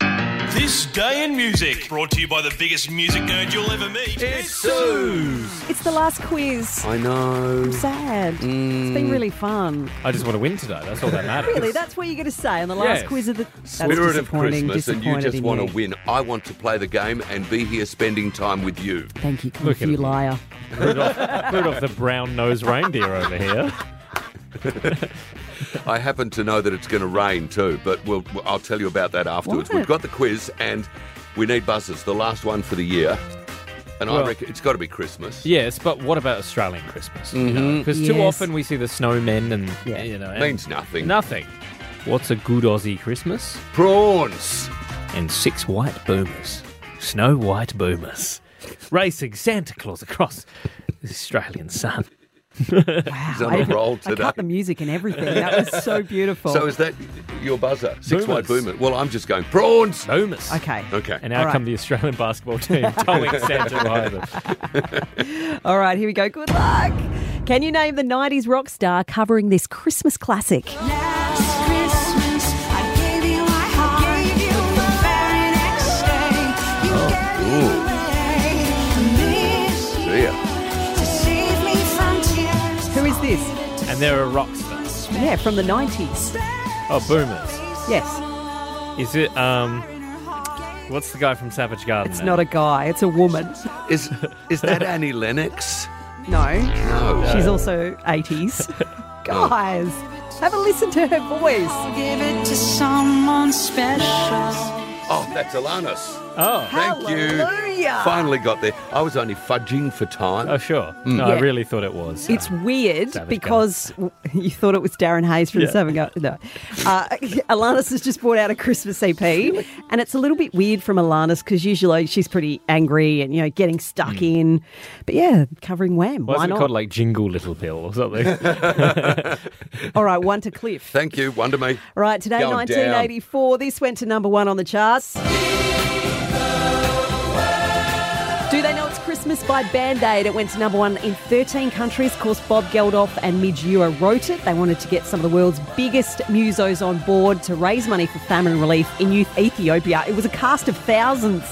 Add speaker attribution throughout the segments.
Speaker 1: This Day in Music, brought to you by the biggest music nerd you'll ever meet. It's Suze.
Speaker 2: It's the last quiz.
Speaker 3: I know.
Speaker 2: Sad. It's
Speaker 3: Mm.
Speaker 2: been really fun.
Speaker 4: I just want to win today. That's all that matters.
Speaker 2: Really, that's what you're going to say on the last
Speaker 4: Yes.
Speaker 2: quiz of the. That's
Speaker 3: Spirit of
Speaker 2: disappointing.
Speaker 3: Christmas, and you
Speaker 2: disappointed
Speaker 3: just
Speaker 2: in
Speaker 3: want
Speaker 2: you.
Speaker 3: to win. I want to play the game and be here spending time with you.
Speaker 2: Thank you,
Speaker 4: Look
Speaker 2: Cliff,
Speaker 4: at
Speaker 2: you
Speaker 4: him.
Speaker 2: liar.
Speaker 4: Rudolph, Rudolph the brown-nosed reindeer over here.
Speaker 3: I happen to know that it's going to rain too, but we'll, I'll tell you about that afterwards.
Speaker 2: What?
Speaker 3: We've got the quiz and we need buzzers, the last one for the year. And I
Speaker 4: Well-
Speaker 3: reckon it's got to be Christmas.
Speaker 4: Yes, but what about Australian Christmas? Because too
Speaker 2: Yes.
Speaker 4: often we see the snowmen and
Speaker 2: Yeah.
Speaker 4: you know and
Speaker 3: Means nothing.
Speaker 4: nothing. What's a good Aussie Christmas?
Speaker 3: Prawns.
Speaker 4: And six white boomers, snow white boomers, racing Santa Claus across the Australian sun.
Speaker 2: Wow.
Speaker 3: on
Speaker 2: I
Speaker 3: a
Speaker 2: even-
Speaker 3: roll
Speaker 2: I
Speaker 3: today.
Speaker 2: cut the music and everything. That was so beautiful.
Speaker 3: So is that your buzzer? Six white
Speaker 4: Boomers.
Speaker 3: boomer. Well, I'm just going prawns.
Speaker 4: Boomers.
Speaker 2: okay.
Speaker 3: Okay.
Speaker 4: And out
Speaker 2: All right.
Speaker 4: come the Australian basketball team towing Santa over.
Speaker 2: All right, here we go. Good luck. Can you name the 90s rock star covering this Christmas classic?
Speaker 5: Last Christmas, I gave you my heart. Gave you the very next day. You gave it away. I miss you.
Speaker 3: Dear.
Speaker 5: To save me from tears.
Speaker 2: Who is this?
Speaker 4: And they're a rock star.
Speaker 2: Yeah, from the 90s.
Speaker 4: Oh, boomers.
Speaker 2: Yes.
Speaker 4: Is it um? What's the guy from Savage Garden?
Speaker 2: It's
Speaker 4: then?
Speaker 2: not a guy, it's a woman.
Speaker 3: Is is that Annie Lennox?
Speaker 2: No,
Speaker 3: No.
Speaker 2: she's also 80s. Guys, have a listen to her voice.
Speaker 5: Give it to someone special.
Speaker 3: Oh, that's Alanis.
Speaker 4: Oh,
Speaker 3: Thank
Speaker 2: Hallelujah.
Speaker 3: you. Finally got there. I was only fudging for time.
Speaker 4: oh sure. No,
Speaker 2: Yeah.
Speaker 4: I really thought it was.
Speaker 2: It's weird
Speaker 4: Savage
Speaker 2: because you thought it was Darren Hayes from
Speaker 4: Yeah.
Speaker 2: Seven Go. No. Uh, Alanis has just brought out a Christmas EP, and it's a little bit weird from Alanis because usually she's pretty angry and, you know, getting stuck in. But yeah, covering Wham.
Speaker 4: Hmm. Why
Speaker 2: Why
Speaker 4: isn't it
Speaker 2: not?
Speaker 4: called like Jingle Little Pill or something?
Speaker 2: All right, one to Cliff.
Speaker 3: Thank you. Wonder me.
Speaker 2: All right, today,
Speaker 3: Going
Speaker 2: 1984, this went to number one on the charts. Do They Know It's Christmas by Band Aid. It went to number one in 13 countries. Of course, Bob Geldof and Midura wrote it. They wanted to get some of the world's biggest musos on board to raise money for famine relief in youth Ethiopia. It was a cast of thousands.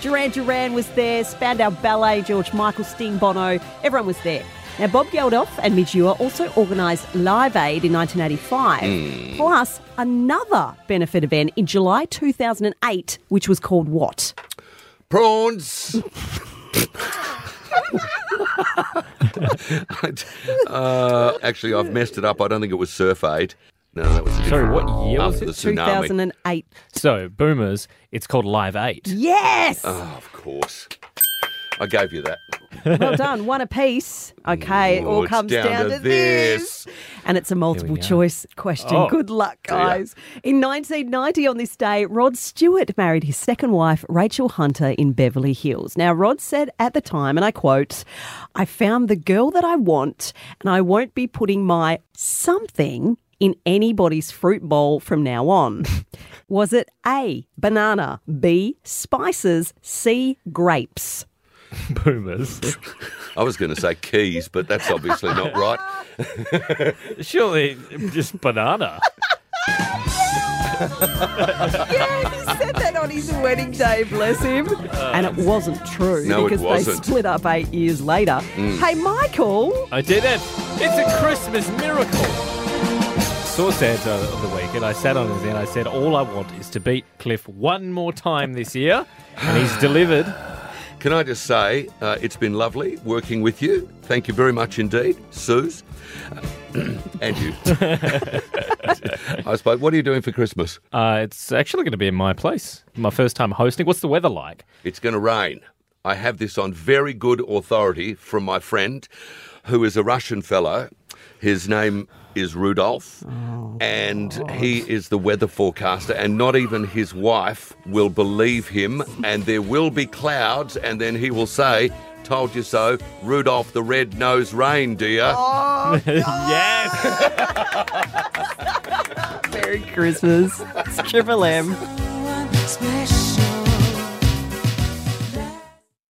Speaker 2: Duran Duran was there, Spandau Ballet, George Michael, Sting, Bono, everyone was there. Now, Bob Geldof and Midura also organised Live Aid in 1985, plus another benefit event in July 2008, which was called What?
Speaker 3: Prawns. uh, actually, I've messed it up. I don't think it was Surf Aid. No, that was a
Speaker 4: Sorry,
Speaker 3: different
Speaker 4: what
Speaker 3: one.
Speaker 4: year was
Speaker 3: After
Speaker 4: it?
Speaker 3: the tsunami.
Speaker 2: 2008.
Speaker 4: so, boomers, it's called Live 8.
Speaker 2: Yes!
Speaker 3: Oh, of course. I gave you that.
Speaker 2: Well done. One apiece. Okay, it
Speaker 3: Ooh,
Speaker 2: all
Speaker 3: it's
Speaker 2: comes down,
Speaker 3: down
Speaker 2: to
Speaker 3: to
Speaker 2: this.
Speaker 3: this.
Speaker 2: And it's a multiple
Speaker 4: go.
Speaker 2: choice question.
Speaker 4: Oh.
Speaker 2: Good luck, guys. In 1990, on this day, Rod Stewart married his second wife, Rachel Hunter, in Beverly Hills. Now, Rod said at the time, and I quote, I found the girl that I want, and I won't be putting my something in anybody's fruit bowl from now on. Was it A, banana, B, spices, C, grapes?
Speaker 4: Boomers.
Speaker 3: I was going to say keys, but that's obviously not right.
Speaker 4: Surely just banana.
Speaker 2: Yeah, he said that on his wedding day, bless him. and it wasn't true
Speaker 3: No, it
Speaker 2: because they
Speaker 3: wasn't. Mm.
Speaker 2: split up eight years later. Hey, Michael,
Speaker 4: I did it. It's a Christmas miracle. Saw Santa of the week and I sat on his end. I said, All I want is to beat Cliff one more time this year. And he's delivered.
Speaker 3: Can I just say, uh, it's been lovely working with you. Thank you very much indeed, Suze. and you. I suppose, what are you doing for Christmas?
Speaker 4: Uh, it's actually going to be in my place. My first time hosting. What's the weather like?
Speaker 3: It's going to rain. I have this on very good authority from my friend, who is a Russian fellow. His name is Rudolph, and he is the weather forecaster. And not even his wife will believe him. And there will be clouds, and then he will say, "Told you so, Rudolph the red-nosed reindeer."
Speaker 4: yes.
Speaker 2: Merry Christmas. It's Triple M.
Speaker 5: Someone special.